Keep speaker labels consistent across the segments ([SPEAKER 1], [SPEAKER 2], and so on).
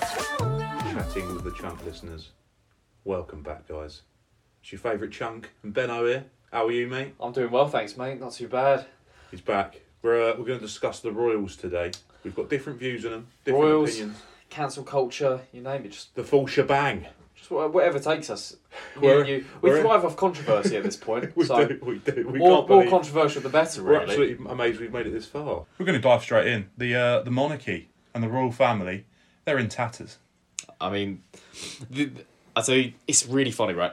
[SPEAKER 1] Chatting with the Chunk listeners. Welcome back, guys. It's your favourite Chunk and Benno here. How are you, mate?
[SPEAKER 2] I'm doing well, thanks, mate. Not too bad.
[SPEAKER 1] He's back. We're uh, we're going to discuss the Royals today. We've got different views on them, different
[SPEAKER 2] Royals.
[SPEAKER 1] opinions.
[SPEAKER 2] Cancel culture, you name it, just,
[SPEAKER 1] The full shebang.
[SPEAKER 2] just wha- whatever takes us. Me
[SPEAKER 1] We're-
[SPEAKER 2] and you, we
[SPEAKER 1] we're-
[SPEAKER 2] thrive off controversy at this point.
[SPEAKER 1] We
[SPEAKER 2] so
[SPEAKER 1] do, we do. We
[SPEAKER 2] more,
[SPEAKER 1] can't
[SPEAKER 2] more
[SPEAKER 1] believe.
[SPEAKER 2] controversial, the better,
[SPEAKER 1] We're
[SPEAKER 2] really.
[SPEAKER 1] absolutely amazed we've made it this far. We're going to dive straight in. The uh, the monarchy and the royal family, they're in tatters.
[SPEAKER 3] I mean, th- I tell you, it's really funny, right?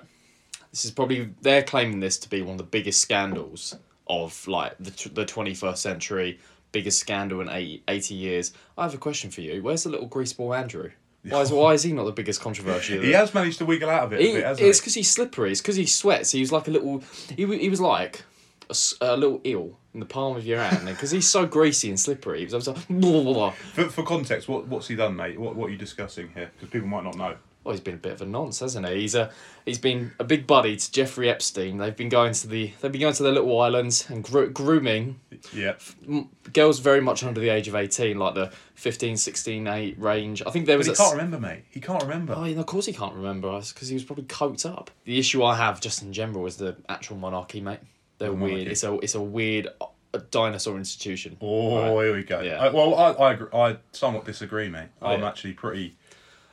[SPEAKER 3] This is probably they're claiming this to be one of the biggest scandals of like the t- the twenty first century, biggest scandal in 80, 80 years. I have a question for you. Where's the little greaseball Andrew? Why is why is he not the biggest controversy? of
[SPEAKER 1] He
[SPEAKER 3] the-
[SPEAKER 1] has managed to wiggle out of it, a
[SPEAKER 3] He-
[SPEAKER 1] bit, hasn't
[SPEAKER 3] it's
[SPEAKER 1] he?
[SPEAKER 3] because he's slippery. It's because he sweats. He was like a little. He, wa- he was like a, s- a little eel in the palm of your hand because he's so greasy and slippery. He was always like, blah, blah, blah.
[SPEAKER 1] For, for context, what, what's he done, mate? What, what are you discussing here? Because people might not know.
[SPEAKER 3] Well, "Oh, he's been a bit of a nonce, hasn't he? He's a he's been a big buddy to Jeffrey Epstein. They've been going to the they've been going to their little islands and gro- grooming
[SPEAKER 1] Yeah.
[SPEAKER 3] m- girls very much under the age of eighteen, like the 15, 16, 8 range. I think there
[SPEAKER 1] But
[SPEAKER 3] was
[SPEAKER 1] he
[SPEAKER 3] a
[SPEAKER 1] can't remember, mate. He can't remember.
[SPEAKER 3] Oh, yeah, of course he can't remember us because he was probably coked up. The issue I have just in general is the actual monarchy, mate. They're
[SPEAKER 1] The monarchy.
[SPEAKER 3] weird. It's a it's a weird uh, a dinosaur institution.
[SPEAKER 1] Oh, here we go.
[SPEAKER 3] Yeah. Oh,
[SPEAKER 1] I, well, I, I agree- I somewhat disagree, mate. I'm
[SPEAKER 3] yeah.
[SPEAKER 1] actually pretty,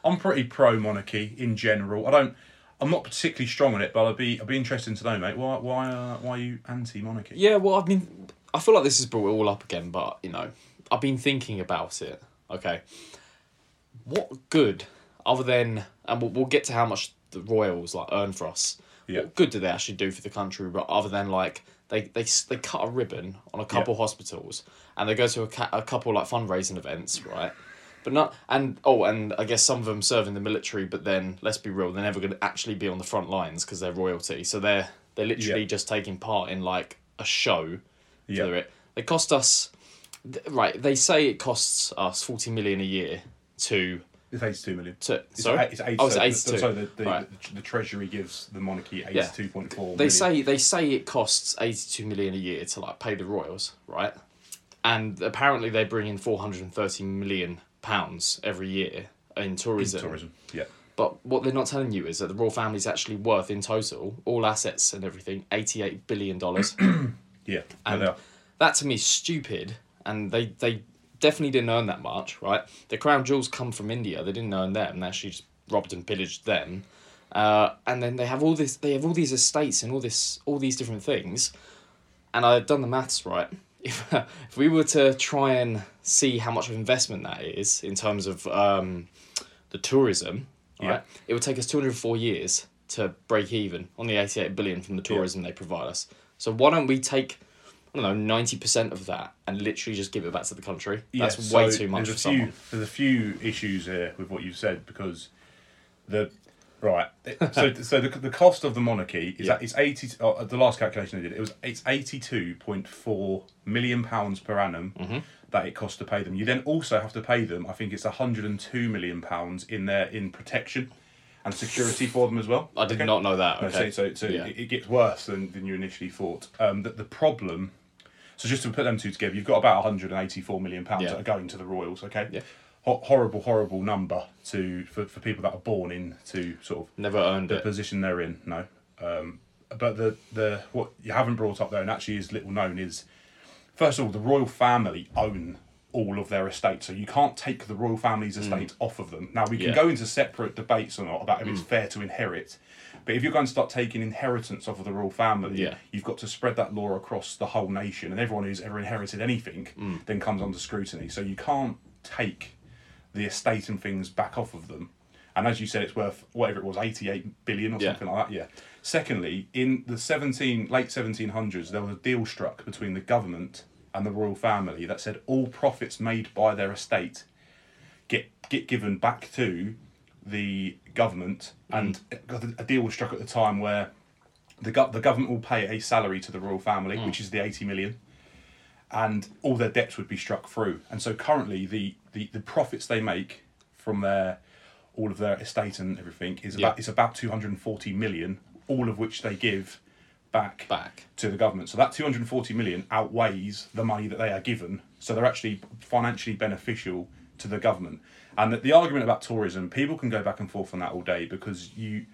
[SPEAKER 1] I'm pretty pro monarchy in general. I don't, I'm not particularly strong on it, but I'd be, I'd be interested to know, mate. Why, why, uh, why are you anti monarchy?
[SPEAKER 3] Yeah, well, I mean, I feel like this has brought it all up again, but you know, I've been thinking about it. Okay, what good other than and we'll, we'll get to how much the royals like earn for us.
[SPEAKER 1] Yeah.
[SPEAKER 3] What good do they actually do for the country? But other than like they they s- they cut a ribbon on a couple hospitals and they go to a, ca- a couple like fundraising events, right? But not and oh and I guess some of them serve in the military, but then let's be real, they're never going to actually be on the front lines because they're royalty. So they're they're literally
[SPEAKER 1] Yeah.
[SPEAKER 3] just taking part in like a show.
[SPEAKER 1] Yeah.
[SPEAKER 3] Yeah. It. They cost us th- right. They say it costs us forty million a year to
[SPEAKER 1] It's 82 million.
[SPEAKER 3] to.
[SPEAKER 1] It's,
[SPEAKER 3] sorry,
[SPEAKER 1] eight- it's 82.
[SPEAKER 3] oh, it's
[SPEAKER 1] so-
[SPEAKER 3] eighty-two.
[SPEAKER 1] So the, the,
[SPEAKER 3] right.
[SPEAKER 1] the, Treasury gives the monarchy 82.4
[SPEAKER 3] Yeah.
[SPEAKER 1] million.
[SPEAKER 3] They say they say it costs eighty-two million a year to like pay the royals, right? And apparently they bring in four hundred and thirty million pounds every year in tourism.
[SPEAKER 1] tourism. Yeah.
[SPEAKER 3] But what they're not telling you is that the royal family's actually worth in total all assets and everything eighty-eight billion dollars.
[SPEAKER 1] Yeah. No,
[SPEAKER 3] And-
[SPEAKER 1] they are.
[SPEAKER 3] that to me is stupid and they they definitely didn't earn that much right the crown jewels come from india they didn't earn them they actually just robbed and pillaged them uh, and then they have all this they have all these estates and all this all these different things and i've done the maths right if, if we were to try and see how much of investment that is in terms of um, the tourism
[SPEAKER 1] Yeah.
[SPEAKER 3] right it would take us 204 years to break even on the 88 billion from the tourism they provide us so why don't we take I don't know, 90% of that and literally just give it back to the country. That's
[SPEAKER 1] Yeah,
[SPEAKER 3] way
[SPEAKER 1] so
[SPEAKER 3] too much for
[SPEAKER 1] there's a few,
[SPEAKER 3] someone.
[SPEAKER 1] There's a few issues here with what you've said because the right. So so the, the cost of the monarchy is
[SPEAKER 3] Yeah.
[SPEAKER 1] that it's eighty. Uh, the last calculation I did it was it's eighty two point four million pounds per annum
[SPEAKER 3] Mm-hmm.
[SPEAKER 1] that it costs to pay them. You then also have to pay them. I think it's hundred and two million pounds in there in protection and security for them as well.
[SPEAKER 3] I did
[SPEAKER 1] Okay?
[SPEAKER 3] not know that.
[SPEAKER 1] No,
[SPEAKER 3] Okay.
[SPEAKER 1] So, so, so
[SPEAKER 3] Yeah.
[SPEAKER 1] it, it gets worse than, than you initially thought. Um, the, the problem, so just to put them two together, you've got about 184 million pounds
[SPEAKER 3] Yeah.
[SPEAKER 1] that are going to the Royals. Okay.
[SPEAKER 3] Yeah.
[SPEAKER 1] Ho- horrible, horrible number to for, for people that are born into sort of
[SPEAKER 3] Never earned
[SPEAKER 1] the
[SPEAKER 3] it.
[SPEAKER 1] position they're in. No. Um, but the the what you haven't brought up there and actually is little known is, first of all, the royal family own all of their estates, so you can't take the royal family's estate off of them. Now we can
[SPEAKER 3] Mm. Yeah. Mm.
[SPEAKER 1] go into separate debates or not about if it's fair to inherit, but if you're going to start taking inheritance off of the royal family,
[SPEAKER 3] Yeah.
[SPEAKER 1] you've got to spread that law across the whole nation, and everyone who's ever inherited anything
[SPEAKER 3] Mm.
[SPEAKER 1] then comes under scrutiny. So you can't take the estate and things back off of them. And as you said, it's worth whatever it was, eighty-eight billion or
[SPEAKER 3] Yeah.
[SPEAKER 1] something like that. Yeah. Secondly, in the seventeen late seventeen hundreds, there was a deal struck between the government and the royal family that said all profits made by their estate get get given back to the government. And a- a deal was struck at the time where the go- the government will pay a salary to the royal family, which is the eighty million and all their debts would be struck through. And so currently, the the, the profits they make from their all of their estate and everything is
[SPEAKER 3] Yeah.
[SPEAKER 1] about it's about 240 million, all of which they give back
[SPEAKER 3] back.
[SPEAKER 1] to the government. So that 240 million outweighs the money that they are given. So they're actually financially beneficial to the government. And that the argument about tourism, people can go back and forth on that all day because you,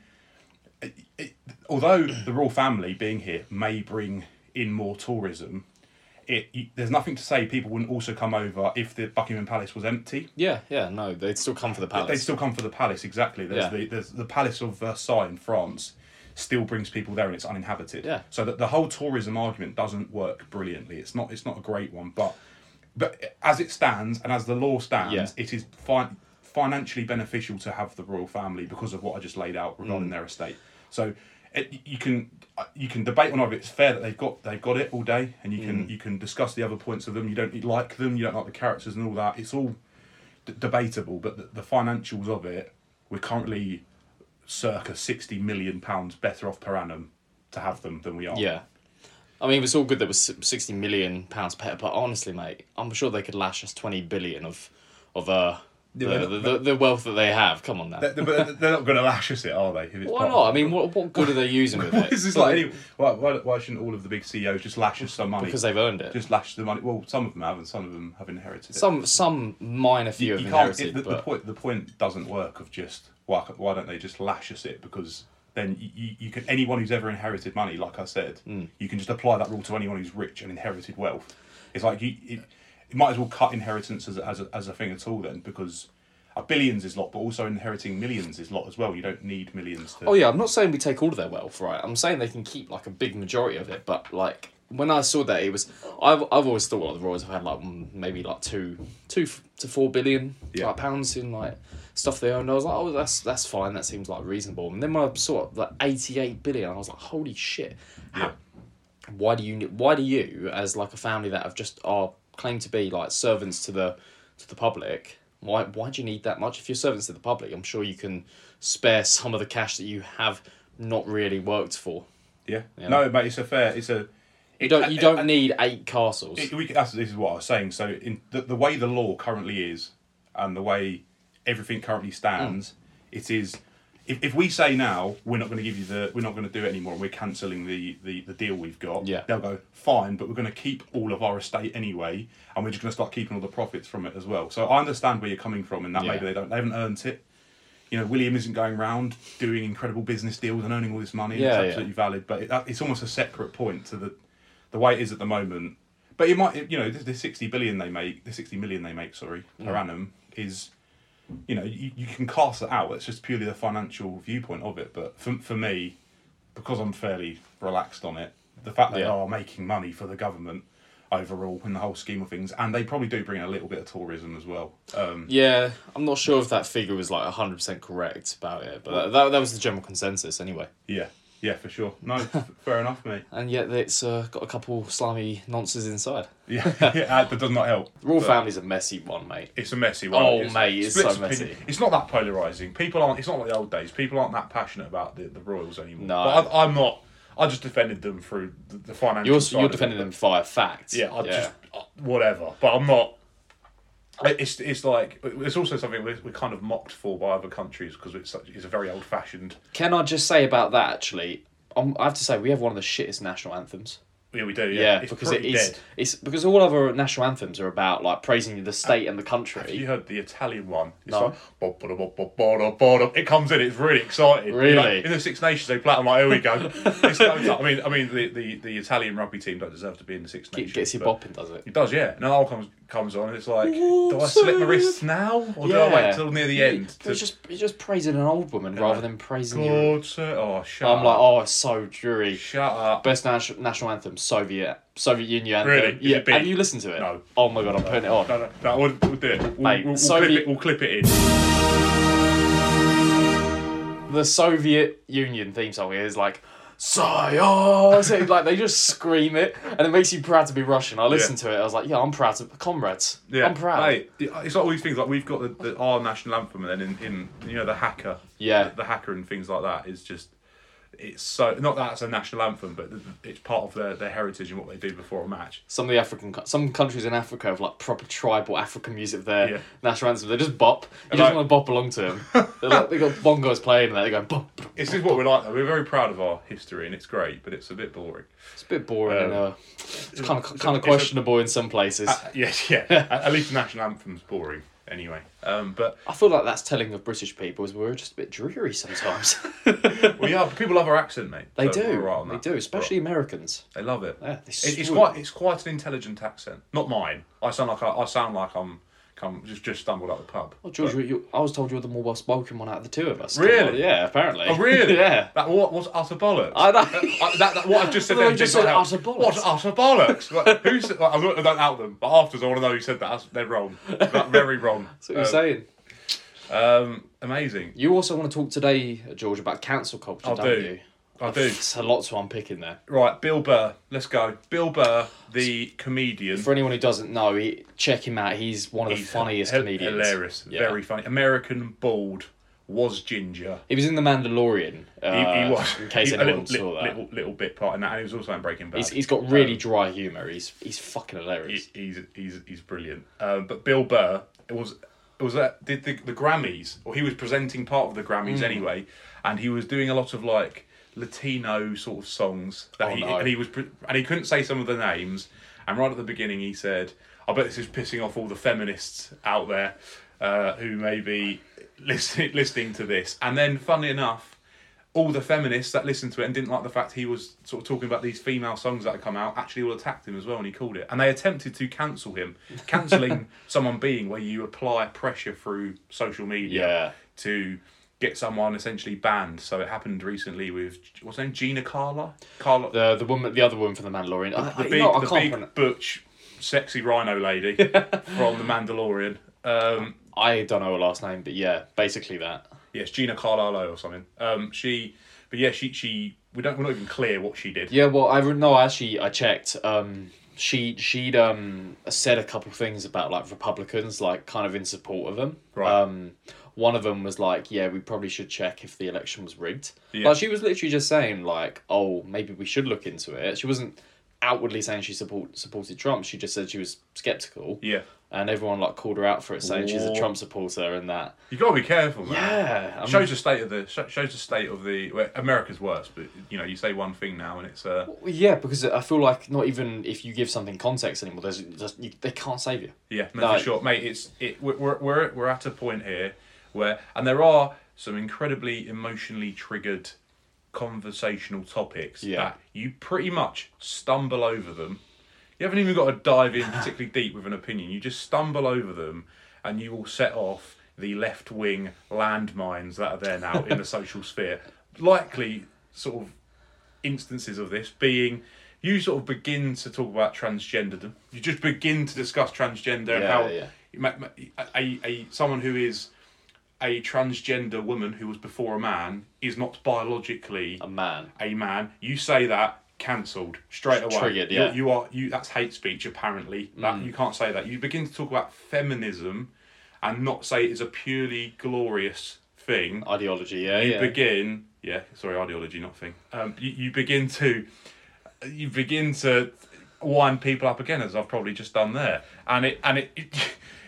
[SPEAKER 1] it, it, although the royal family being here may bring in more tourism, it you, there's nothing to say people wouldn't also come over if the Buckingham Palace was empty.
[SPEAKER 3] Yeah, yeah, no, they'd still come for the
[SPEAKER 1] They
[SPEAKER 3] palace.
[SPEAKER 1] still come for the palace exactly. There's
[SPEAKER 3] Yeah.
[SPEAKER 1] the there's the palace of Versailles in France still brings people there and it's uninhabited.
[SPEAKER 3] Yeah.
[SPEAKER 1] So that the whole tourism argument doesn't work brilliantly. It's not it's not a great one, but but as it stands and as the law stands,
[SPEAKER 3] Yeah.
[SPEAKER 1] it is fin- financially beneficial to have the royal family because of what I just laid out regarding
[SPEAKER 3] Mm.
[SPEAKER 1] their estate. So it, you can you can debate on whether it's fair that they've got they've got it all day, and you
[SPEAKER 3] Mm.
[SPEAKER 1] can you can discuss the other points of them. You don't like them, you don't like the characters and all that. It's all d- debatable, but the, the financials of it, we're currently circa sixty million pounds better off per annum to have them than we are.
[SPEAKER 3] Yeah. I mean, it was all good that was si- sixty million pounds per, but honestly, mate, I'm sure they could lash us twenty billion of, of uh, the,
[SPEAKER 1] Yeah,
[SPEAKER 3] the, the, the wealth that they have. Come on now.
[SPEAKER 1] They- they- but they're not going to lash us it, are they? if it's
[SPEAKER 3] Why
[SPEAKER 1] part-
[SPEAKER 3] not? I mean, what what good are they using with it?
[SPEAKER 1] this is like any- why, why, why shouldn't all of the big CEOs just lash us some money?
[SPEAKER 3] because they've earned it.
[SPEAKER 1] just lash the money. Well, some of them have, and some of them have inherited it.
[SPEAKER 3] Some some minor few
[SPEAKER 1] you,
[SPEAKER 3] have
[SPEAKER 1] you can't.
[SPEAKER 3] inherited,
[SPEAKER 1] It, the, the
[SPEAKER 3] but
[SPEAKER 1] point the point doesn't work of just why c- why don't they just lash us it because then you, you, you can anyone who's ever inherited money, like I said,
[SPEAKER 3] Hmm.
[SPEAKER 1] you can just apply that rule to anyone who's rich and inherited wealth. It's like you it, it might as well cut inheritance as a, as a, as a thing at all then because. A billions is lot, but also inheriting millions is lot as well. You don't need millions to.
[SPEAKER 3] oh yeah, I'm not saying we take all of their wealth, right? I'm saying they can keep like a big majority of it, but like when I saw that, it was I've I've always thought like the Royals have had like mm, maybe like two two f- to four billion
[SPEAKER 1] Yeah.
[SPEAKER 3] like pounds in like stuff they owned. I was like, oh, that's that's fine. That seems like reasonable. And then when I saw it, like eighty eight billion, I was like, holy shit.
[SPEAKER 1] Yeah.
[SPEAKER 3] why do you why do you as like a family that have just are claimed to be like servants to the to the public why why do you need that much if you're servants to the public i'm sure you can spare some of the cash that you have not really worked for
[SPEAKER 1] yeah. No, but it's a fair. It's a.
[SPEAKER 3] you don't you don't need eight castles
[SPEAKER 1] It- we, that's, this is what I was saying. So, in the, the way the law currently is, and the way everything currently stands,
[SPEAKER 3] Hmm.
[SPEAKER 1] it is. If, if we say now we're not going to give you the we're not going to do it anymore and we're cancelling the, the, the deal we've got,
[SPEAKER 3] Yeah.
[SPEAKER 1] they'll go fine, but we're going to keep all of our estate anyway, and we're just going to start keeping all the profits from it as well. So I understand where you're coming from, and that
[SPEAKER 3] Yeah.
[SPEAKER 1] maybe they don't they haven't earned it. You know, William isn't going round doing incredible business deals and earning all this money. and
[SPEAKER 3] Yeah,
[SPEAKER 1] it's
[SPEAKER 3] yeah.
[SPEAKER 1] absolutely valid, but it, that- it's almost a separate point to the the way it is at the moment. But it might, you know, the, the sixty billion they make, the sixty million they make, sorry, per
[SPEAKER 3] Mm.
[SPEAKER 1] annum is, you know, you, you can cast it out. It's just purely the financial viewpoint of it. But for for me, because I'm fairly relaxed on it, the fact that
[SPEAKER 3] Yeah.
[SPEAKER 1] they are making money for the government overall in the whole scheme of things, and they probably do bring in a little bit of tourism as well. Um,
[SPEAKER 3] yeah i'm not sure if that figure was like 100% correct about it but that, that, that was the general consensus anyway
[SPEAKER 1] yeah, yeah, for sure. No, f- fair enough, mate.
[SPEAKER 3] and yet it's uh, got a couple slimy nonsenses inside
[SPEAKER 1] Yeah, yeah, that does not help.
[SPEAKER 3] royal
[SPEAKER 1] But-
[SPEAKER 3] family's a messy one mate
[SPEAKER 1] It's a messy one.
[SPEAKER 3] Oh,
[SPEAKER 1] it's
[SPEAKER 3] mate, it's
[SPEAKER 1] splits
[SPEAKER 3] so messy.
[SPEAKER 1] opinion. It's not that polarizing. People aren't. It's not like the old days. People aren't that passionate about the, the Royals anymore.
[SPEAKER 3] No.
[SPEAKER 1] but I, I'm not. I just defended them through the, the financial.
[SPEAKER 3] you're,
[SPEAKER 1] side
[SPEAKER 3] you're
[SPEAKER 1] of it.
[SPEAKER 3] defending them via facts
[SPEAKER 1] Yeah, I just uh, whatever. But I'm not. I- It's it's like it's also something we're, we're kind of mocked for by other countries because it's such, it's a very old fashioned.
[SPEAKER 3] Can I just say about that actually? Um, I have to say we have one of the shittest national anthems.
[SPEAKER 1] Yeah, we do. Yeah,
[SPEAKER 3] Yeah,
[SPEAKER 1] it's
[SPEAKER 3] because it
[SPEAKER 1] pretty
[SPEAKER 3] is.
[SPEAKER 1] dead.
[SPEAKER 3] It's because all other national anthems are about like praising the state and the
[SPEAKER 1] You
[SPEAKER 3] country.
[SPEAKER 1] heard the Italian one. It's
[SPEAKER 3] No.
[SPEAKER 1] like "Ba, ba, da, ba, ba, ba, da, ba, da." it comes in. It's really exciting.
[SPEAKER 3] Really?
[SPEAKER 1] Like, in the Six Nations, they play. it, I'm like, here we go. It's loads up. I mean, I mean, the, the, the Italian rugby team don't deserve to be in the Six Nations.
[SPEAKER 3] It gets you
[SPEAKER 1] but
[SPEAKER 3] bopping, does it?
[SPEAKER 1] It does, yeah. And Al comes comes on, and it's like,
[SPEAKER 3] Ooh,
[SPEAKER 1] do I slip my
[SPEAKER 3] sir.
[SPEAKER 1] wrists now, or do I
[SPEAKER 3] Yeah.
[SPEAKER 1] wait till near the end?
[SPEAKER 3] But
[SPEAKER 1] To,
[SPEAKER 3] It's just it's just praising an old woman rather than praising you.
[SPEAKER 1] God, sir. Oh, shut
[SPEAKER 3] I'm
[SPEAKER 1] up.
[SPEAKER 3] like, oh, it's so dreary.
[SPEAKER 1] shut up.
[SPEAKER 3] Best nas- national anthem, Soviet Soviet Union anthem.
[SPEAKER 1] Really? Is
[SPEAKER 3] Yeah.
[SPEAKER 1] it big?
[SPEAKER 3] Have you listened to it?
[SPEAKER 1] No.
[SPEAKER 3] Oh my god, I'm putting it on.
[SPEAKER 1] No, no, no, we'll, we'll do it. We'll,
[SPEAKER 3] Mate,
[SPEAKER 1] we'll, we'll
[SPEAKER 3] so
[SPEAKER 1] clip
[SPEAKER 3] the-
[SPEAKER 1] it. We'll clip it in.
[SPEAKER 3] the Soviet Union theme song is like Sayonara. like they just scream it, and it makes you proud to be Russian. I listened to it. I was like, yeah, I'm proud of comrades.
[SPEAKER 1] Yeah,
[SPEAKER 3] I'm proud.
[SPEAKER 1] mate, it's like all these things. Like we've got the, the, our national anthem, and then in, in you know the hacker,
[SPEAKER 3] Yeah.
[SPEAKER 1] the, hacker and things like that is just It's so not that it's a national anthem, but th- it's part of their, their heritage and what they do before a match.
[SPEAKER 3] Some of the African, co- some countries in Africa have like proper tribal African music. Their
[SPEAKER 1] Yeah.
[SPEAKER 3] national anthem, they just bop. You just
[SPEAKER 1] like-
[SPEAKER 3] want to bop along to them. They're like, they got bongos playing, and they go bop. bop.
[SPEAKER 1] This is what we're like. Though. We're very proud of our history, and it's great, but it's a bit boring.
[SPEAKER 3] It's a bit boring.
[SPEAKER 1] Um,
[SPEAKER 3] and, uh,
[SPEAKER 1] it's
[SPEAKER 3] it's kind of
[SPEAKER 1] a-
[SPEAKER 3] kind
[SPEAKER 1] it's
[SPEAKER 3] of
[SPEAKER 1] a-
[SPEAKER 3] questionable in some places.
[SPEAKER 1] Uh, yes, yeah. At at least the national anthem's boring anyway. Um, but
[SPEAKER 3] I feel like that's telling of British people is we're just a bit dreary sometimes.
[SPEAKER 1] we are people love our accent, mate.
[SPEAKER 3] they
[SPEAKER 1] So
[SPEAKER 3] do.
[SPEAKER 1] we're right on
[SPEAKER 3] they
[SPEAKER 1] that.
[SPEAKER 3] do, especially Americans.
[SPEAKER 1] They love it.
[SPEAKER 3] Yeah, they
[SPEAKER 1] It- it's
[SPEAKER 3] swoon.
[SPEAKER 1] quite it's quite an intelligent accent. Not mine. I sound like I, I sound like I'm come just just stumbled up the pub.
[SPEAKER 3] Well, Oh, George, you, you- I was told you're the more well-spoken one out of the two of us.
[SPEAKER 1] Really?
[SPEAKER 3] yeah, apparently.
[SPEAKER 1] Oh really?
[SPEAKER 3] yeah.
[SPEAKER 1] That what was utter bollocks.
[SPEAKER 3] I know.
[SPEAKER 1] That, that, that- what I've just said.
[SPEAKER 3] Well,
[SPEAKER 1] there
[SPEAKER 3] you just
[SPEAKER 1] did not
[SPEAKER 3] said
[SPEAKER 1] help.
[SPEAKER 3] utter bollocks.
[SPEAKER 1] What utter bollocks? Like, who said, like, I'm not I don't out them, but afterwards I want to know who said that. That's, they're wrong. That's very wrong.
[SPEAKER 3] That's what you're
[SPEAKER 1] Um,
[SPEAKER 3] saying.
[SPEAKER 1] Um, amazing.
[SPEAKER 3] You also want to talk today, George, about council culture,
[SPEAKER 1] I
[SPEAKER 3] don't
[SPEAKER 1] do.
[SPEAKER 3] you?
[SPEAKER 1] I do.
[SPEAKER 3] It's a lot to unpick in there.
[SPEAKER 1] Right, Bill Burr. Let's go. Bill Burr, the comedian.
[SPEAKER 3] For anyone who doesn't know, he, check him out. He's one of the
[SPEAKER 1] He's
[SPEAKER 3] funniest
[SPEAKER 1] hi-
[SPEAKER 3] comedians.
[SPEAKER 1] Hilarious.
[SPEAKER 3] Yeah.
[SPEAKER 1] Very funny. American, bald, was ginger.
[SPEAKER 3] He was in The Mandalorian.
[SPEAKER 1] He,
[SPEAKER 3] uh,
[SPEAKER 1] he was.
[SPEAKER 3] In case
[SPEAKER 1] he, a
[SPEAKER 3] anyone
[SPEAKER 1] little,
[SPEAKER 3] saw
[SPEAKER 1] little,
[SPEAKER 3] that.
[SPEAKER 1] Little, little bit part in that, and he was also in Breaking Bad.
[SPEAKER 3] he's, he's got really dry humour. He's he's fucking hilarious.
[SPEAKER 1] Um, He- he's he's he's brilliant. Um, but Bill Burr, it was it was that did the, the Grammys, or he was presenting part of the Grammys
[SPEAKER 3] Mm.
[SPEAKER 1] anyway, and he was doing a lot of like Latino sort of songs that
[SPEAKER 3] Oh,
[SPEAKER 1] he
[SPEAKER 3] no.
[SPEAKER 1] and he was pre- and he couldn't say some of the names, and right at the beginning he said, "I bet this is pissing off all the feminists out there uh, who may be listening listening to this," and then funnily enough all the feminists that listened to it and didn't like the fact he was sort of talking about these female songs that had come out actually all attacked him as well and he called it and they attempted to cancel him cancelling someone being where you apply pressure through social media
[SPEAKER 3] Yeah.
[SPEAKER 1] to get someone essentially banned so it happened recently with what's her name Gina Carla Carla the,
[SPEAKER 3] The the woman, the other woman from The Mandalorian. I, I, you
[SPEAKER 1] big
[SPEAKER 3] know, I
[SPEAKER 1] the
[SPEAKER 3] can't
[SPEAKER 1] big
[SPEAKER 3] pronounce-
[SPEAKER 1] butch sexy rhino lady from the Mandalorian um
[SPEAKER 3] I don't know her last name, but yeah, basically that.
[SPEAKER 1] yes Gina Carlisle or something um she but yeah she she we don't we're not even clear what she did
[SPEAKER 3] Yeah, well, I re- no, actually, I checked. Um, she she'd um said a couple things about like Republicans, like kind of in support of them.
[SPEAKER 1] Right.
[SPEAKER 3] Um, one of them was like, "Yeah, we probably should check if the election was rigged."
[SPEAKER 1] Yeah.
[SPEAKER 3] Like she was literally just saying like, "Oh, maybe we should look into it." She wasn't outwardly saying she support supported Trump. She just said she was skeptical.
[SPEAKER 1] yeah.
[SPEAKER 3] And everyone like called her out for it, saying she's a
[SPEAKER 1] Whoa.
[SPEAKER 3] Trump supporter and that.
[SPEAKER 1] You gotta be careful, man.
[SPEAKER 3] Yeah, I mean-
[SPEAKER 1] shows the state of the sho- shows the state of the well, America's worse, but you know you say one thing now and it's uh
[SPEAKER 3] Well, Yeah, because I feel like not even if you give something context anymore, there's just, you, they can't save you.
[SPEAKER 1] yeah no,
[SPEAKER 3] No.
[SPEAKER 1] for sure, mate. It's it we're- we're we're we're at a point here where and there are some incredibly emotionally triggered conversational topics
[SPEAKER 3] Yeah.
[SPEAKER 1] that you pretty much stumble over them. You haven't even got to dive in particularly deep with an opinion. You just stumble over them and you will set off the left wing landmines that are there now in the social sphere. Likely sort of instances of this being you sort of begin to talk about transgenderdom. You just begin to discuss transgender and
[SPEAKER 3] Yeah,
[SPEAKER 1] how
[SPEAKER 3] yeah.
[SPEAKER 1] ma- ma- a, a someone who is a transgender woman who was before a man is not biologically
[SPEAKER 3] A man.
[SPEAKER 1] a man. You say that cancelled straight away.
[SPEAKER 3] Triggered,
[SPEAKER 1] You're-
[SPEAKER 3] yeah. Mm.
[SPEAKER 1] You are you. That's hate speech. Apparently, that you can't say that. You begin to talk about feminism, and not say it is a purely glorious thing
[SPEAKER 3] Ideology, yeah, yeah.
[SPEAKER 1] begin yeah sorry ideology not thing um you, you begin to you begin to wind people up again as i've probably just done there and it and it, it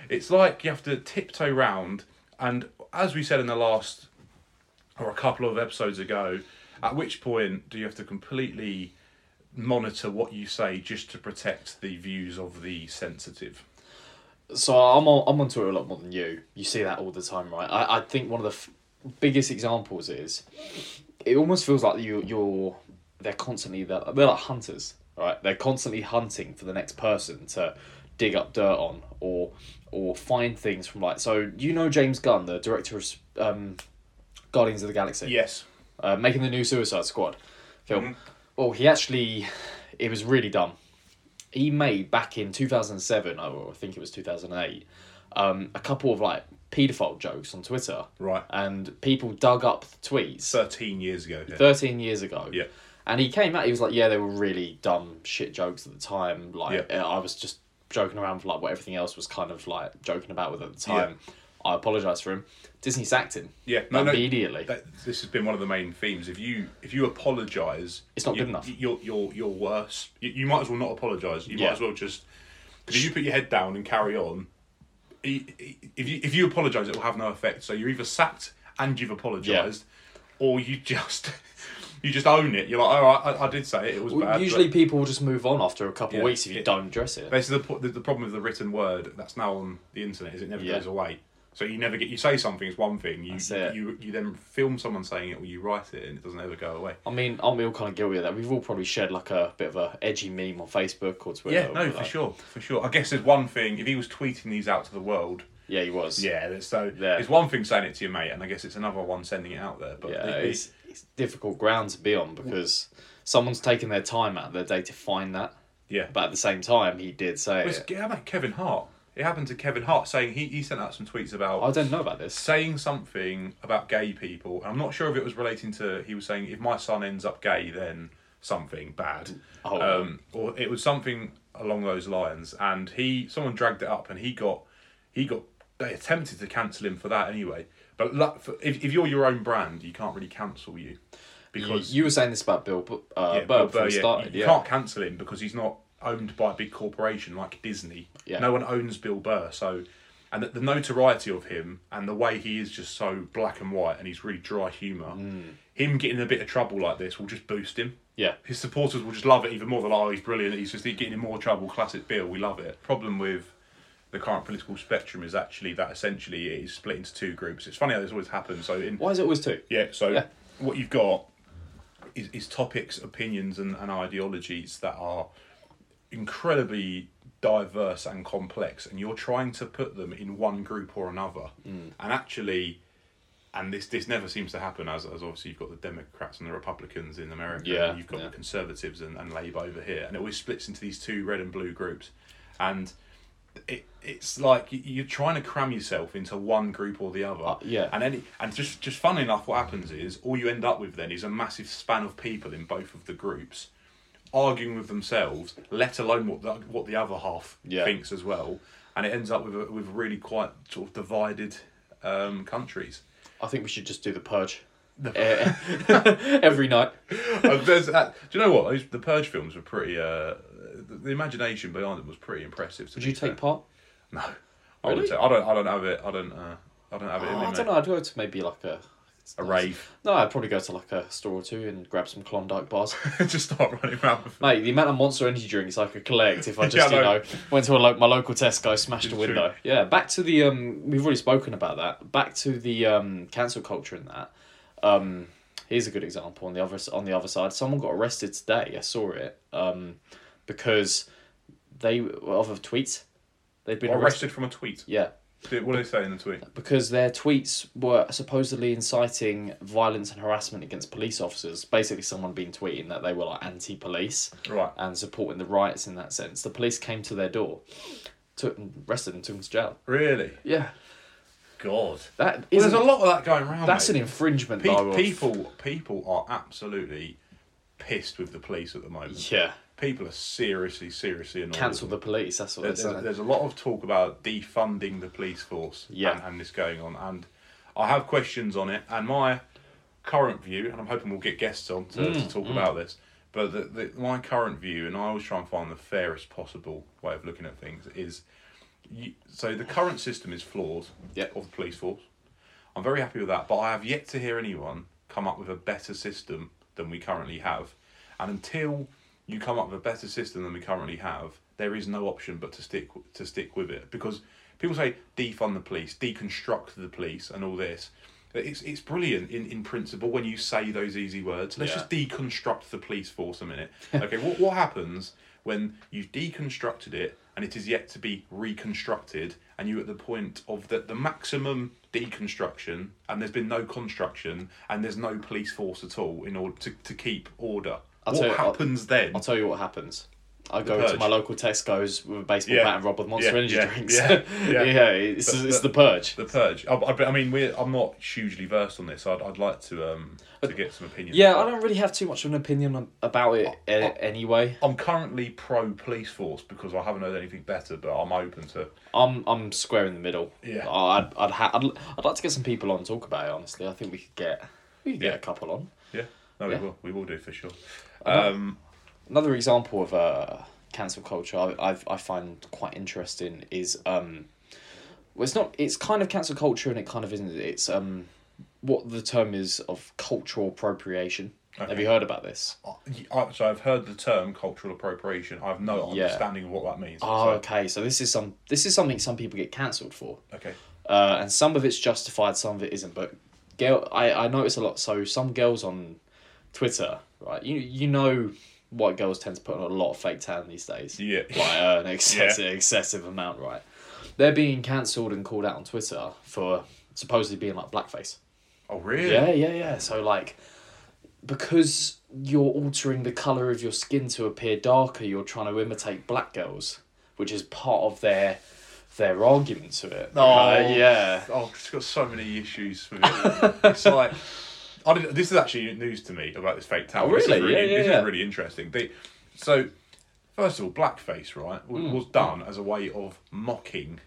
[SPEAKER 1] it's like you have to tiptoe round and as we said in the last or a couple of episodes ago at which point do you have to completely monitor what you say just to protect the views of the sensitive
[SPEAKER 3] so I'm on, I'm on Twitter a lot more than you. You see that all the time, right? I, I think one of the f- biggest examples is it almost feels like you you're they're constantly they're, they're like hunters, right? They're constantly hunting for the next person to dig up dirt on or or find things from like so you know James Gunn, the director of um, Guardians of the Galaxy
[SPEAKER 1] yes
[SPEAKER 3] uh, making the new Suicide Squad film.
[SPEAKER 1] Mm-hmm.
[SPEAKER 3] Well, he actually, it was really dumb. He made back in two thousand seven, or I think it was two thousand eight, um, a couple of like paedophile jokes on Twitter,
[SPEAKER 1] right
[SPEAKER 3] and people dug up the tweets
[SPEAKER 1] 13 years ago yeah.
[SPEAKER 3] thirteen years ago.
[SPEAKER 1] Yeah.
[SPEAKER 3] and he came out. He was like, "Yeah, they were really dumb shit jokes at the time. Like,
[SPEAKER 1] Yeah.
[SPEAKER 3] uh, I was just joking around for like what everything else was kind of like joking about with at the time. I apologize for him." Disney's acting
[SPEAKER 1] Yeah, no, no.
[SPEAKER 3] immediately.
[SPEAKER 1] That, this has been one of the main themes. If you if you apologise,
[SPEAKER 3] It's not
[SPEAKER 1] you,
[SPEAKER 3] good enough.
[SPEAKER 1] You're you're you're worse. You, you might as well not apologise. You
[SPEAKER 3] Yeah.
[SPEAKER 1] might as well just because if you put your head down and carry on, i- i- if you if you apologise, it will have no effect. So you're either sacked and you've apologised, or you just you just own it. You're like, all right, I, I did say it. It was
[SPEAKER 3] Well,
[SPEAKER 1] bad. but-
[SPEAKER 3] usually people will just move on after a couple
[SPEAKER 1] Yeah,
[SPEAKER 3] of weeks if you
[SPEAKER 1] it-
[SPEAKER 3] don't address it.
[SPEAKER 1] This is the, po- the, the problem with the written word that's now on the internet is it never
[SPEAKER 3] Yeah.
[SPEAKER 1] goes away. So you never get you say something it's one thing you
[SPEAKER 3] That's it.
[SPEAKER 1] you you then film someone saying it or you write it and it doesn't ever go away.
[SPEAKER 3] I mean, aren't we all kind of guilty of that? We've all probably shared like a bit of a edgy meme on Facebook or Twitter.
[SPEAKER 1] Yeah,
[SPEAKER 3] or
[SPEAKER 1] no, for
[SPEAKER 3] like-
[SPEAKER 1] sure, for sure. I guess there's one thing if he was tweeting these out to the world.
[SPEAKER 3] Yeah, he was.
[SPEAKER 1] Yeah, there's, so
[SPEAKER 3] Yeah.
[SPEAKER 1] it's one thing saying it to your mate, and I guess it's another one sending it out there. But
[SPEAKER 3] yeah.
[SPEAKER 1] the- the-
[SPEAKER 3] It's, it's difficult ground to be on because someone's taken their time out of their day to find that.
[SPEAKER 1] yeah.
[SPEAKER 3] But at the same time, he did say
[SPEAKER 1] It's-
[SPEAKER 3] it.
[SPEAKER 1] yeah, like Kevin Hart. It happened to Kevin Hart saying he, he sent out some tweets about
[SPEAKER 3] I don't know about this.
[SPEAKER 1] saying something about gay people. and I'm not sure if it was relating to he was saying if my son ends up gay, then something bad.
[SPEAKER 3] Oh.
[SPEAKER 1] Um, or it was something along those lines, and he someone dragged it up, and he got he got they attempted to cancel him for that anyway. But lu- for, if if you're your own brand, you can't really cancel you
[SPEAKER 3] You,
[SPEAKER 1] because
[SPEAKER 3] you were saying this about Bill Bu- uh,
[SPEAKER 1] yeah,
[SPEAKER 3] Burr
[SPEAKER 1] Bill
[SPEAKER 3] before
[SPEAKER 1] Burr,
[SPEAKER 3] he
[SPEAKER 1] yeah,
[SPEAKER 3] started.
[SPEAKER 1] you
[SPEAKER 3] Yeah.
[SPEAKER 1] can't cancel him because he's not owned by a big corporation like Disney.
[SPEAKER 3] Yeah.
[SPEAKER 1] No one owns Bill Burr, so and the, the notoriety of him and the way he is just so black and white and he's really dry humour.
[SPEAKER 3] Hmm.
[SPEAKER 1] Him getting in a bit of trouble like this will just boost him.
[SPEAKER 3] Yeah.
[SPEAKER 1] His supporters will just love it even more. They're like, oh, he's brilliant. He's just getting in more trouble. Classic Bill. We love it. Problem with the current political spectrum is actually that essentially it is split into two groups. It's funny how this always happens. So in
[SPEAKER 3] Why is it always two?
[SPEAKER 1] yeah, so
[SPEAKER 3] Yeah.
[SPEAKER 1] what you've got is, is topics, opinions, and, and ideologies that are incredibly diverse and complex, and you're trying to put them in one group or another.
[SPEAKER 3] Mm.
[SPEAKER 1] And actually, and this, this never seems to happen, as, as obviously you've got the Democrats and the Republicans in America,
[SPEAKER 3] Yeah,
[SPEAKER 1] and you've got
[SPEAKER 3] yeah.
[SPEAKER 1] the Conservatives and, and Labour over here, and it always splits into these two red and blue groups. And it, it's like y- you're trying to cram yourself into one group or the other.
[SPEAKER 3] Uh, yeah.
[SPEAKER 1] And any and just just fun enough, what happens is all you end up with then is a massive span of people in both of the groups arguing with themselves, let alone what the, what the other half
[SPEAKER 3] Yeah.
[SPEAKER 1] thinks as well, and it ends up with a, with really quite sort of divided um, countries.
[SPEAKER 3] I think we should just do the purge. Eh, Every night.
[SPEAKER 1] Uh, there's that- do you know what Those- the Purge films were pretty? Uh, the, the imagination behind them was pretty impressive. To
[SPEAKER 3] Would
[SPEAKER 1] be
[SPEAKER 3] you
[SPEAKER 1] fair.
[SPEAKER 3] take part?
[SPEAKER 1] No, I wouldn't
[SPEAKER 3] Really?
[SPEAKER 1] say- I don't. I don't have it. I don't. Uh, I don't have it. in
[SPEAKER 3] Oh,
[SPEAKER 1] me,
[SPEAKER 3] I
[SPEAKER 1] mate.
[SPEAKER 3] don't know. I'd go to maybe like a
[SPEAKER 1] A rave.
[SPEAKER 3] No, I'd probably go to like a store or two and grab some Klondike bars.
[SPEAKER 1] just start running around. with-
[SPEAKER 3] Mate, the amount of Monster Energy drinks I could collect if I just,
[SPEAKER 1] Yeah, I
[SPEAKER 3] you
[SPEAKER 1] know.
[SPEAKER 3] know, went to a lo- my local Tesco, smashed
[SPEAKER 1] It's
[SPEAKER 3] a window.
[SPEAKER 1] true.
[SPEAKER 3] Yeah, back to the um, we've already spoken about that. Back to the um, cancel culture and that. Um, here's a good example on the other s- on the other side. Someone got arrested today. I saw it um, because they of a tweet. They'd been
[SPEAKER 1] Or
[SPEAKER 3] arrested.
[SPEAKER 1] arrested from a tweet.
[SPEAKER 3] Yeah,
[SPEAKER 1] Did- What did they say in the tweet?
[SPEAKER 3] because their tweets were supposedly inciting violence and harassment against police officers. Basically, someone been tweeting that they were like anti-police
[SPEAKER 1] Right.
[SPEAKER 3] and supporting the riots in that sense. The police came to their door, took them, arrested them, took them to jail.
[SPEAKER 1] Really?
[SPEAKER 3] Yeah,
[SPEAKER 1] God.
[SPEAKER 3] that
[SPEAKER 1] Well,
[SPEAKER 3] is
[SPEAKER 1] there's a lot of that going around.
[SPEAKER 3] that's
[SPEAKER 1] mate.
[SPEAKER 3] an infringement.
[SPEAKER 1] Pe-
[SPEAKER 3] though, of-
[SPEAKER 1] people. People are absolutely pissed with the police at the moment.
[SPEAKER 3] yeah,
[SPEAKER 1] People are seriously, seriously annoyed.
[SPEAKER 3] cancel the police. That's what they're
[SPEAKER 1] There's, there's,
[SPEAKER 3] saying.
[SPEAKER 1] there's a lot of talk about defunding the police force.
[SPEAKER 3] Yeah.
[SPEAKER 1] And, and this going on, and I have questions on it. And my current view, and I'm hoping we'll get guests on to, to talk about this. But the, the, my current view, and I always try and find the fairest possible way of looking at things, is you, so the current system is flawed
[SPEAKER 3] Yeah.
[SPEAKER 1] of the police force. I'm very happy with that, but I have yet to hear anyone come up with a better system than we currently have. And until you come up with a better system than we currently have, there is no option but to stick to stick with it because people say defund the police, deconstruct the police, and all this. It's it's brilliant in, in principle when you say those easy words. Let's
[SPEAKER 3] Yeah.
[SPEAKER 1] just deconstruct the police force a minute. Okay, what what happens when you've deconstructed it and it is yet to be reconstructed and you at the point of the, the maximum deconstruction and there's been no construction and there's no police force at all in order to, to keep order.
[SPEAKER 3] I'll
[SPEAKER 1] what
[SPEAKER 3] tell you- I'll-
[SPEAKER 1] happens then?
[SPEAKER 3] I'll tell you what happens. I go
[SPEAKER 1] Purge.
[SPEAKER 3] to my local Tesco's with a baseball
[SPEAKER 1] Yeah.
[SPEAKER 3] bat and rob with Monster
[SPEAKER 1] Yeah,
[SPEAKER 3] Energy
[SPEAKER 1] yeah,
[SPEAKER 3] drinks.
[SPEAKER 1] yeah, yeah.
[SPEAKER 3] it's,
[SPEAKER 1] But-
[SPEAKER 3] it's
[SPEAKER 1] but-
[SPEAKER 3] the purge.
[SPEAKER 1] The Purge. I, I, but, I mean, we're, I'm not hugely versed on this. I'd, I'd like to um to get some opinions.
[SPEAKER 3] Uh, Yeah, I don't really have too much of an opinion on- about it uh,
[SPEAKER 1] I-
[SPEAKER 3] anyway.
[SPEAKER 1] I'm currently pro police force because I haven't heard anything better, but I'm open to.
[SPEAKER 3] I'm I'm square in the middle.
[SPEAKER 1] Yeah.
[SPEAKER 3] I- I'd I'd, ha- I'd I'd like to get some people on and talk about it. Honestly, I think we could get we could get
[SPEAKER 1] Yeah.
[SPEAKER 3] a couple on.
[SPEAKER 1] Yeah, no,
[SPEAKER 3] Yeah.
[SPEAKER 1] we will. We will do for sure.
[SPEAKER 3] Another-
[SPEAKER 1] Um,
[SPEAKER 3] Another example of uh, cancel culture I, I've, I find quite interesting is um, well, it's not it's kind of cancel culture and it kind of isn't. It's um, what the term is of cultural appropriation. Have
[SPEAKER 1] Okay.
[SPEAKER 3] you heard about this?
[SPEAKER 1] I- so I've heard the term cultural appropriation. I have no
[SPEAKER 3] Yeah.
[SPEAKER 1] understanding of what that means.
[SPEAKER 3] Oh, okay. So this is some this is something some people get cancelled for.
[SPEAKER 1] So, okay.
[SPEAKER 3] uh, and some of it's justified, some of it isn't. But girl, I, I notice a lot. So some girls on Twitter, right? You you know, white girls tend to put on a lot of fake tan these days.
[SPEAKER 1] Yeah.
[SPEAKER 3] like uh, an excessive excessive amount, right? They're being cancelled and called out on Twitter for supposedly being like blackface.
[SPEAKER 1] Oh really?
[SPEAKER 3] Yeah, yeah, yeah. So like, because you're altering the color of your skin to appear darker, you're trying to imitate black girls, which is part of their their argument to it.
[SPEAKER 1] Oh
[SPEAKER 3] right? yeah.
[SPEAKER 1] Oh, it's got so many issues with it. it's like. I didn't, this is actually news to me about this fake tan.
[SPEAKER 3] Oh,
[SPEAKER 1] This is
[SPEAKER 3] really?
[SPEAKER 1] really,
[SPEAKER 3] Yeah, yeah,
[SPEAKER 1] this
[SPEAKER 3] yeah.
[SPEAKER 1] is really interesting. They, so, first of all, blackface, right, w-
[SPEAKER 3] Mm.
[SPEAKER 1] was done as a way of mocking,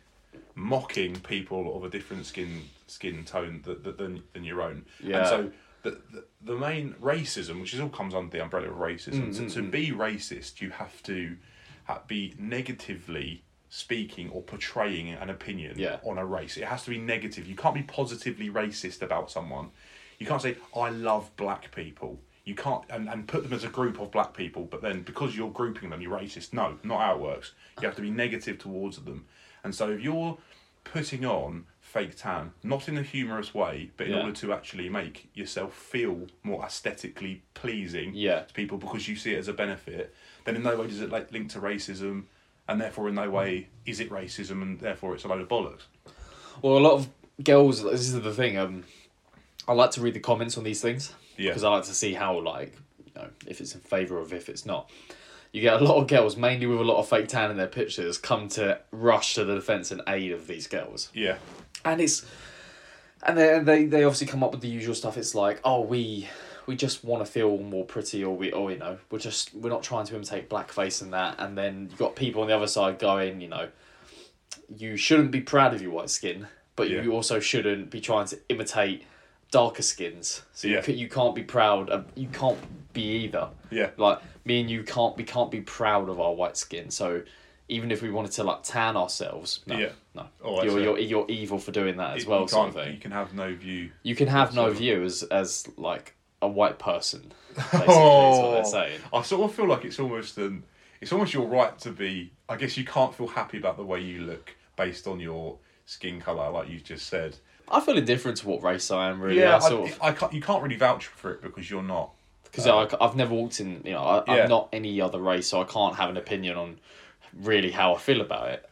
[SPEAKER 1] mocking people of a different skin skin tone th- th- than than your own.
[SPEAKER 3] Yeah.
[SPEAKER 1] And so, the, the the main racism, which is all comes under the umbrella of racism, to, to be racist, you have to ha- be negatively speaking or portraying an opinion
[SPEAKER 3] Yeah.
[SPEAKER 1] on a race. It has to be negative. You can't be positively racist about someone. You can't say, I love black people. You can't and, and put them as a group of black people, but then because you're grouping them, you're racist. No, not how it works. You have to be negative towards them. And so if you're putting on fake tan, not in a humorous way, but in
[SPEAKER 3] Yeah.
[SPEAKER 1] order to actually make yourself feel more aesthetically pleasing
[SPEAKER 3] Yeah.
[SPEAKER 1] to people because you see it as a benefit, then in no way does it like link to racism and therefore in no way is it racism and therefore it's a load of bollocks.
[SPEAKER 3] Well, a lot of girls. This is the thing. Um, I like to read the comments on these things.
[SPEAKER 1] Yeah.
[SPEAKER 3] Because I like to see how like you know if it's in favour of if it's not. You get a lot of girls, mainly with a lot of fake tan in their pictures, come to rush to the defence and aid of these girls,
[SPEAKER 1] Yeah.
[SPEAKER 3] and it's, and they and they, they obviously come up with the usual stuff. It's like, oh, we we just want to feel more pretty, or we or you know we're just we're not trying to imitate blackface and that, and then you got people on the other side going, you know, you shouldn't be proud of your white skin, but
[SPEAKER 1] Yeah.
[SPEAKER 3] you also shouldn't be trying to imitate darker skins. So you
[SPEAKER 1] Yeah.
[SPEAKER 3] you, you can't be proud. Of, you can't be either.
[SPEAKER 1] Yeah.
[SPEAKER 3] Like me and you can't we can't be proud of our white skin. So even if we wanted to like tan ourselves, no,
[SPEAKER 1] Yeah.
[SPEAKER 3] no,
[SPEAKER 1] Oh, that's
[SPEAKER 3] you're,
[SPEAKER 1] it.
[SPEAKER 3] you're you're evil for doing that as
[SPEAKER 1] You-
[SPEAKER 3] well.
[SPEAKER 1] you,
[SPEAKER 3] sort of
[SPEAKER 1] can't,
[SPEAKER 3] thing.
[SPEAKER 1] you can have no view.
[SPEAKER 3] You can have no
[SPEAKER 1] Sort of.
[SPEAKER 3] view as as like a white person. Basically, is what
[SPEAKER 1] Oh.
[SPEAKER 3] they're saying.
[SPEAKER 1] I sort of feel like it's almost an it's almost your right to be I guess you can't feel happy about the way you look based on your skin colour, like you just said.
[SPEAKER 3] I feel indifferent to what race I am. Really,
[SPEAKER 1] Yeah,
[SPEAKER 3] I sort of
[SPEAKER 1] I, I can't, you can't really vouch for it because you're not.
[SPEAKER 3] because I, I've never walked in. You know, I,
[SPEAKER 1] Yeah.
[SPEAKER 3] I'm not any other race, so I can't have an opinion on really how I feel about it.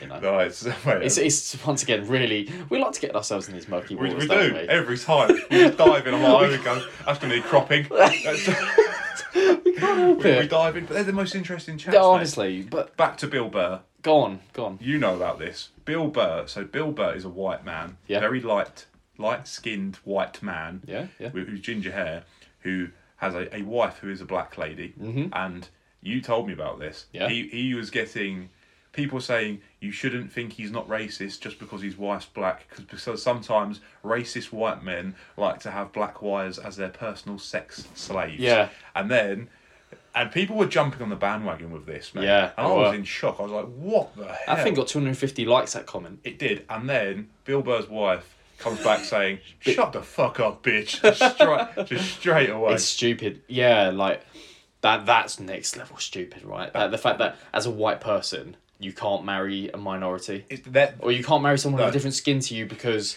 [SPEAKER 3] You know.
[SPEAKER 1] No, it's,
[SPEAKER 3] It's, it's once again really we like to get ourselves in these murky
[SPEAKER 1] we,
[SPEAKER 3] waters,
[SPEAKER 1] we
[SPEAKER 3] don't
[SPEAKER 1] do
[SPEAKER 3] we?
[SPEAKER 1] every time. We just dive in. I'm like, oh, we go. That's gonna need cropping. That's-
[SPEAKER 3] we can't help
[SPEAKER 1] we, we
[SPEAKER 3] it.
[SPEAKER 1] dive in, but they're the most interesting chats.
[SPEAKER 3] No,
[SPEAKER 1] mate.
[SPEAKER 3] honestly, but
[SPEAKER 1] back to Bill Burr.
[SPEAKER 3] go on, go on.
[SPEAKER 1] You know about this. Bill Burr. So Bill Burr is a white man,
[SPEAKER 3] Yeah.
[SPEAKER 1] very light, light-skinned white man.
[SPEAKER 3] Yeah, yeah.
[SPEAKER 1] With, with ginger hair, who has a, a wife who is a black lady. And you told me about this.
[SPEAKER 3] Mm-hmm. Yeah.
[SPEAKER 1] He he was getting people saying you shouldn't think he's not racist just because his wife's black 'cause- because sometimes racist white men like to have black wives as their personal sex slaves.
[SPEAKER 3] Yeah.
[SPEAKER 1] And then. And people were jumping on the bandwagon with this, man.
[SPEAKER 3] Yeah,
[SPEAKER 1] And I
[SPEAKER 3] they
[SPEAKER 1] was
[SPEAKER 3] were.
[SPEAKER 1] in shock. I was like, what the hell?
[SPEAKER 3] That thing got two hundred and fifty likes. That comment.
[SPEAKER 1] It did. And then Bill Burr's wife comes back saying, shut the fuck up, bitch. Just straight, just straight away.
[SPEAKER 3] It's stupid. Yeah, like that. That's next level stupid, right? That, the fact that as a white person you can't marry a minority.
[SPEAKER 1] It's that,
[SPEAKER 3] or you can't marry someone with
[SPEAKER 1] No.
[SPEAKER 3] a different skin to you because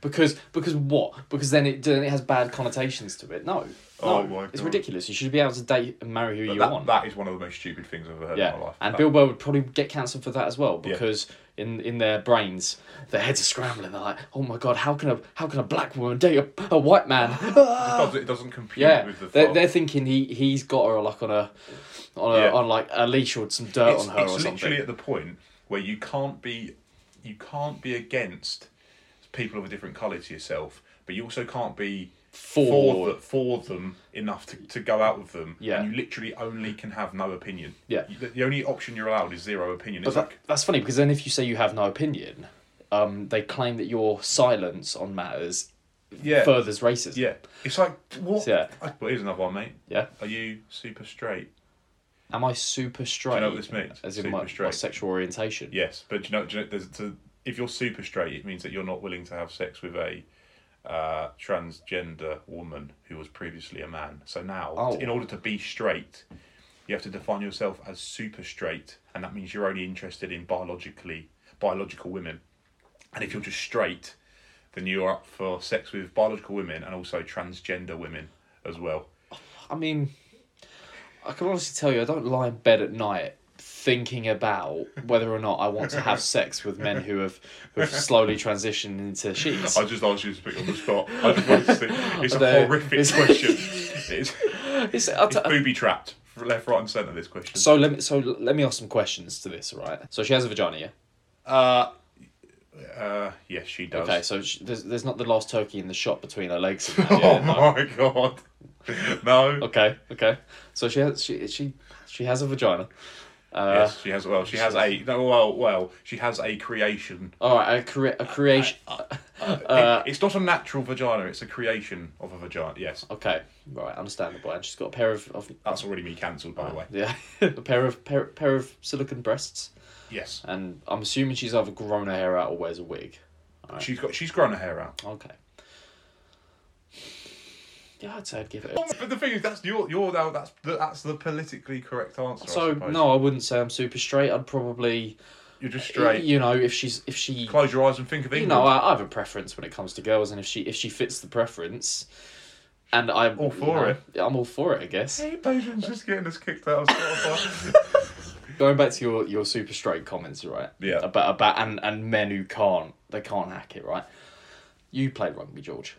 [SPEAKER 3] because because what because then it then it has bad connotations to it no no
[SPEAKER 1] Oh my
[SPEAKER 3] it's
[SPEAKER 1] God.
[SPEAKER 3] ridiculous you should be able to date and marry who you
[SPEAKER 1] that,
[SPEAKER 3] want
[SPEAKER 1] that is one of the most stupid things I've ever heard
[SPEAKER 3] yeah
[SPEAKER 1] in my life.
[SPEAKER 3] and
[SPEAKER 1] That-
[SPEAKER 3] Bill Burr would probably get cancelled for that as well because in in their brains their heads are scrambling they're like oh my god how can a how can a black woman date a, a white man
[SPEAKER 1] it doesn't, it doesn't compute
[SPEAKER 3] yeah
[SPEAKER 1] with the
[SPEAKER 3] they're,
[SPEAKER 1] thought.
[SPEAKER 3] they're thinking he he's got her like on a on, a,
[SPEAKER 1] Yeah.
[SPEAKER 3] on like a leash or some dirt
[SPEAKER 1] it's,
[SPEAKER 3] on her
[SPEAKER 1] it's
[SPEAKER 3] or
[SPEAKER 1] literally
[SPEAKER 3] something.
[SPEAKER 1] at the point where you can't be you can't be against people of a different colour to yourself but you also can't be
[SPEAKER 3] For,
[SPEAKER 1] for, the, for them enough to, to go out with them
[SPEAKER 3] Yeah.
[SPEAKER 1] and you literally only can have no opinion
[SPEAKER 3] Yeah.
[SPEAKER 1] You- the, the only option you're allowed is zero opinion
[SPEAKER 3] But
[SPEAKER 1] it's
[SPEAKER 3] that,
[SPEAKER 1] like
[SPEAKER 3] that's funny because then if you say you have no opinion, um, they claim that your silence on matters
[SPEAKER 1] yeah
[SPEAKER 3] furthers racism.
[SPEAKER 1] yeah it's like what
[SPEAKER 3] Yeah.
[SPEAKER 1] I- well here's another one mate
[SPEAKER 3] Yeah?
[SPEAKER 1] are you super straight
[SPEAKER 3] Am I super straight?
[SPEAKER 1] know what this means?
[SPEAKER 3] As in
[SPEAKER 1] Super
[SPEAKER 3] my, my
[SPEAKER 1] straight.
[SPEAKER 3] sexual orientation.
[SPEAKER 1] yes but do you know, do you know there's, to, if you're super straight it means that you're not willing to have sex with a uh, transgender woman who was previously a man so now
[SPEAKER 3] Oh.
[SPEAKER 1] in order to be straight you have to define yourself as super straight and that means you're only interested in biologically biological women and if you're just straight then you're up for sex with biological women and also transgender women as well
[SPEAKER 3] I mean, I can honestly tell you, I don't lie in bed at night thinking about whether or not I want to have sex with men who have who have slowly transitioned into sheets.
[SPEAKER 1] I just asked you to put you on the spot. I just wanted to see. It's a
[SPEAKER 3] No,
[SPEAKER 1] horrific
[SPEAKER 3] it's-
[SPEAKER 1] question. It's,
[SPEAKER 3] It's- I'll
[SPEAKER 1] it's
[SPEAKER 3] t-
[SPEAKER 1] booby trapped, left, right, and centre. This question.
[SPEAKER 3] uh, so let me so let me ask some questions to this, right? So she has a vagina. yeah?
[SPEAKER 1] uh, uh, yes, she does.
[SPEAKER 3] Okay, so she, there's there's not the last turkey in the shop between her legs. And that,
[SPEAKER 1] Oh
[SPEAKER 3] yeah, no.
[SPEAKER 1] my god. No.
[SPEAKER 3] Okay, okay. So she has she she she has a vagina. Uh,
[SPEAKER 1] yes, she has. Well, she has a. No, well, well, she has a creation.
[SPEAKER 3] All right, a, crea- a creation. Uh,
[SPEAKER 1] It- it's not a natural vagina. It's a creation of a vagina. Yes,
[SPEAKER 3] Okay, right, understandable. And she's got a pair of, of
[SPEAKER 1] that's already been cancelled, by the way.
[SPEAKER 3] yeah, a pair of pair, pair of silicon breasts,
[SPEAKER 1] Yes,
[SPEAKER 3] and I'm assuming she's either grown her hair out or wears a wig.
[SPEAKER 1] she's got. She's grown her hair out.
[SPEAKER 3] Okay. Yeah, I'd say I'd give it. A...
[SPEAKER 1] But the thing is, that's your. Your. now That's. The, that's the politically correct answer.
[SPEAKER 3] So
[SPEAKER 1] I suppose.
[SPEAKER 3] no, I wouldn't say I'm super straight. I'd probably,
[SPEAKER 1] You're just straight.
[SPEAKER 3] you know, if she's if she,
[SPEAKER 1] Close your eyes and think of
[SPEAKER 3] you
[SPEAKER 1] England.
[SPEAKER 3] know, I, I have a preference when it comes to girls, and if she if she fits the preference, and I'm
[SPEAKER 1] All
[SPEAKER 3] you
[SPEAKER 1] for
[SPEAKER 3] know,
[SPEAKER 1] it.
[SPEAKER 3] I'm all for it, I guess.
[SPEAKER 1] Hey, Adrian's just getting us kicked out of Spotify.
[SPEAKER 3] Going back to your, your super straight comments, right?
[SPEAKER 1] Yeah.
[SPEAKER 3] About about and, and men who can't they can't hack it, right? You played rugby, George.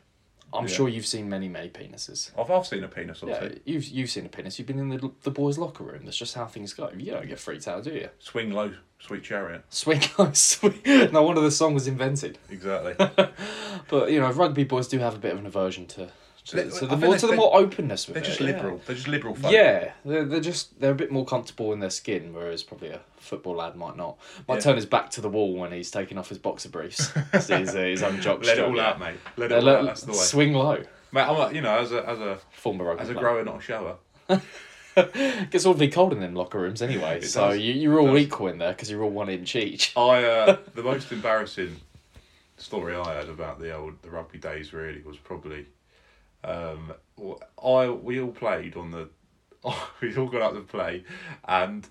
[SPEAKER 3] I'm
[SPEAKER 1] Yeah.
[SPEAKER 3] sure you've seen many many penises.
[SPEAKER 1] I've, I've seen a penis or
[SPEAKER 3] Yeah,
[SPEAKER 1] two.
[SPEAKER 3] you've you've seen a penis. You've been in the the boys' locker room. That's just how things go. You don't get freaked out, do you?
[SPEAKER 1] Swing low, sweet chariot.
[SPEAKER 3] Swing low, swing. No wonder the song was invented.
[SPEAKER 1] Exactly.
[SPEAKER 3] But you know, rugby boys do have a bit of an aversion to
[SPEAKER 1] They- I
[SPEAKER 3] to, to the
[SPEAKER 1] think
[SPEAKER 3] more
[SPEAKER 1] they-
[SPEAKER 3] to the
[SPEAKER 1] they-
[SPEAKER 3] more openness with
[SPEAKER 1] They're
[SPEAKER 3] it,
[SPEAKER 1] just
[SPEAKER 3] yeah.
[SPEAKER 1] liberal. They're just liberal folk.
[SPEAKER 3] Yeah, they're, they're just they're a bit more comfortable in their skin, whereas probably a football lad might not. Might
[SPEAKER 1] Yeah.
[SPEAKER 3] turn his back to the wall when he's taking off his boxer briefs. his, his, uh, his own jock
[SPEAKER 1] Let it
[SPEAKER 3] strap,
[SPEAKER 1] all
[SPEAKER 3] yeah.
[SPEAKER 1] out, mate. Let it
[SPEAKER 3] They're
[SPEAKER 1] all out.
[SPEAKER 3] lo-
[SPEAKER 1] That's the way.
[SPEAKER 3] swing low.
[SPEAKER 1] Mate, I'm a, you know, as a as a
[SPEAKER 3] Former rugby
[SPEAKER 1] as a
[SPEAKER 3] player.
[SPEAKER 1] grower, not a shower.
[SPEAKER 3] It gets awfully cold in them locker rooms anyway,
[SPEAKER 1] It
[SPEAKER 3] so
[SPEAKER 1] does.
[SPEAKER 3] you, you're all
[SPEAKER 1] does.
[SPEAKER 3] equal in there because you're all one inch each.
[SPEAKER 1] I uh, the most embarrassing story I had about the old the rugby days really was probably um, w- I we all played on the we all got out to play and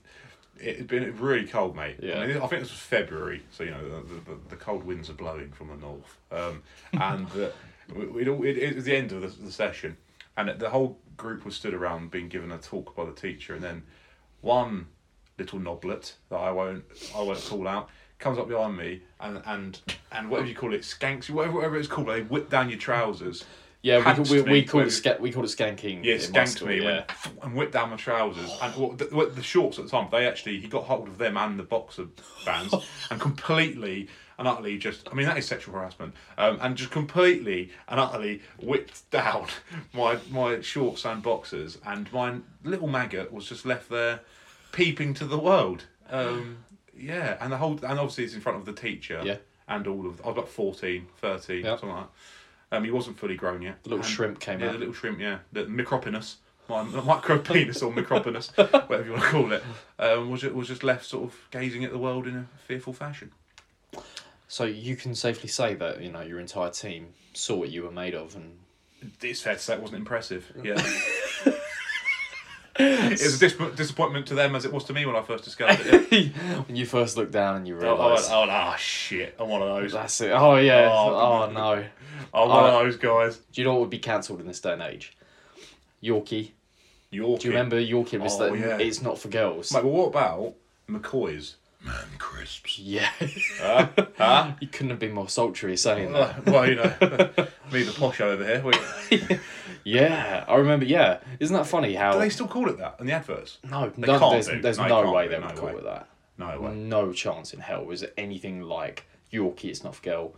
[SPEAKER 1] it had been really cold, mate.
[SPEAKER 3] Yeah.
[SPEAKER 1] I, mean, I think this was February, so you know the, the, the cold winds are blowing from the north, um, and the, we we'd all, it, it was the end of the, the session, and the whole group was stood around being given a talk by the teacher, and then one little knoblet that I won't I won't call out comes up behind me and and and whatever you call it skanks you whatever, whatever it's called they whip down your trousers
[SPEAKER 3] Yeah,
[SPEAKER 1] Pantsed
[SPEAKER 3] we, we, we
[SPEAKER 1] me,
[SPEAKER 3] call it
[SPEAKER 1] whatever-
[SPEAKER 3] sca- we call it skanking.
[SPEAKER 1] yeah,
[SPEAKER 3] in my
[SPEAKER 1] skanked
[SPEAKER 3] school,
[SPEAKER 1] me
[SPEAKER 3] Yeah.
[SPEAKER 1] went, and whipped down my trousers. And well, the, well, the shorts at the time, they actually, he got hold of them and the boxer bands and completely and utterly just, I mean, that is sexual harassment. Um, and just completely and utterly whipped down my, my shorts and boxers. And my little maggot was just left there peeping to the world. Um, yeah, and the whole, and obviously it's in front of the teacher.
[SPEAKER 3] Yeah.
[SPEAKER 1] And all of, I was about 14, 13,
[SPEAKER 3] Yep.
[SPEAKER 1] something like that. Um, he wasn't fully grown yet.
[SPEAKER 3] The little
[SPEAKER 1] And-
[SPEAKER 3] shrimp came
[SPEAKER 1] Um, yeah,
[SPEAKER 3] out.
[SPEAKER 1] the little shrimp, yeah. The micropenis. My, the micropenis or micropenis, whatever you want to call it, um, was, ju- was just left sort of gazing at the world in a fearful fashion.
[SPEAKER 3] So you can safely say that you know your entire team saw what you were made of and
[SPEAKER 1] It's fair to say it wasn't impressive. Yeah. it was a dis- disappointment to them as it was to me when I first discovered it.
[SPEAKER 3] when you first look down and you
[SPEAKER 1] I
[SPEAKER 3] realise
[SPEAKER 1] was, oh, ah, shit. I'm one of those. I'm
[SPEAKER 3] that's it. Oh yeah.
[SPEAKER 1] Oh,
[SPEAKER 3] Oh, no.
[SPEAKER 1] one
[SPEAKER 3] oh,
[SPEAKER 1] of those guys.
[SPEAKER 3] Do you know what would be cancelled in this day and age? Yorkie.
[SPEAKER 1] Yorkie.
[SPEAKER 3] Do you remember Yorkie was
[SPEAKER 1] Oh,
[SPEAKER 3] that
[SPEAKER 1] yeah.
[SPEAKER 3] it's not for girls?
[SPEAKER 1] Mate, well, what about McCoy's?
[SPEAKER 4] Man crisps.
[SPEAKER 3] Yeah.
[SPEAKER 4] Huh?
[SPEAKER 3] you couldn't have been more sultry
[SPEAKER 1] Oh.
[SPEAKER 3] saying that.
[SPEAKER 4] well, you know, me the posh over here. We, do
[SPEAKER 3] Yeah, I remember. Yeah, isn't that funny? How
[SPEAKER 1] Do they still call it that in the adverts?
[SPEAKER 3] no,
[SPEAKER 1] They
[SPEAKER 3] no
[SPEAKER 1] can't
[SPEAKER 3] there's,
[SPEAKER 1] do.
[SPEAKER 3] there's
[SPEAKER 1] No,
[SPEAKER 3] no,
[SPEAKER 1] can't
[SPEAKER 3] way
[SPEAKER 1] do,
[SPEAKER 3] they
[SPEAKER 1] no
[SPEAKER 3] would call
[SPEAKER 1] way.
[SPEAKER 3] it that.
[SPEAKER 1] No way.
[SPEAKER 3] No chance in hell was it anything like Yorkie, it's not girl,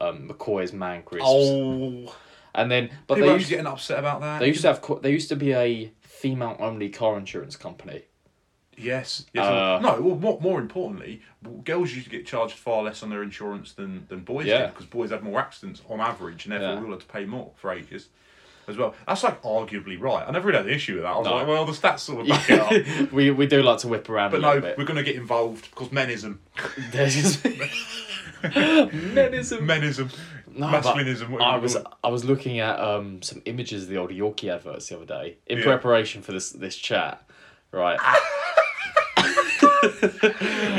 [SPEAKER 3] um, McCoy's man crisps,
[SPEAKER 1] Oh,
[SPEAKER 3] and then but
[SPEAKER 1] people
[SPEAKER 3] they
[SPEAKER 1] are
[SPEAKER 3] used,
[SPEAKER 1] getting upset about that.
[SPEAKER 3] they used to have co- they used to be a female only car insurance company.
[SPEAKER 4] Yes.
[SPEAKER 1] Yes,
[SPEAKER 3] Uh,
[SPEAKER 1] no, well, more, more importantly, w- girls used to get charged far less on their insurance than, than boys
[SPEAKER 3] Yeah.
[SPEAKER 1] did because boys had more accidents on average and therefore
[SPEAKER 3] Yeah.
[SPEAKER 1] we all had to pay more for ages as well. That's like arguably right. I never really had an issue with that. I was
[SPEAKER 3] No.
[SPEAKER 1] like, well, the stats sort of back it up.
[SPEAKER 3] we we do like to whip around
[SPEAKER 1] But
[SPEAKER 3] a
[SPEAKER 1] no,
[SPEAKER 3] little bit.
[SPEAKER 1] we're going to get involved because menism.
[SPEAKER 3] There's just- Menism.
[SPEAKER 1] menism.
[SPEAKER 3] No, but
[SPEAKER 1] masculinism. whatever
[SPEAKER 3] I
[SPEAKER 1] you
[SPEAKER 3] was
[SPEAKER 1] call it.
[SPEAKER 3] I was looking at um, some images of the old Yorkie adverts the other day in
[SPEAKER 1] Yeah. Ah.
[SPEAKER 3] preparation for this this chat, right?
[SPEAKER 1] You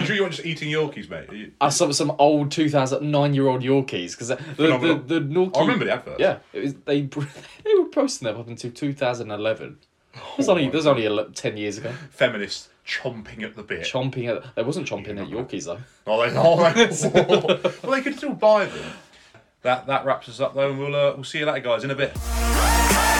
[SPEAKER 1] sure you weren't just eating Yorkies, mate? You-
[SPEAKER 3] I saw some old two thousand nine year old Yorkies because the the,
[SPEAKER 1] Phenomenal.
[SPEAKER 3] the, Norky,
[SPEAKER 1] I remember the adverts.
[SPEAKER 3] Yeah, it was, they they were posting them up until two thousand eleven. It was only,
[SPEAKER 1] Oh my
[SPEAKER 3] it was only ele- 10 years ago.
[SPEAKER 1] Feminists chomping at the bit.
[SPEAKER 3] Chomping at. There wasn't chomping at Yorkies, though.
[SPEAKER 1] Oh, they, oh, they, well, they could still buy them. That that wraps us up though, and we'll uh, we'll see you later, guys, in a bit.
[SPEAKER 5] Thank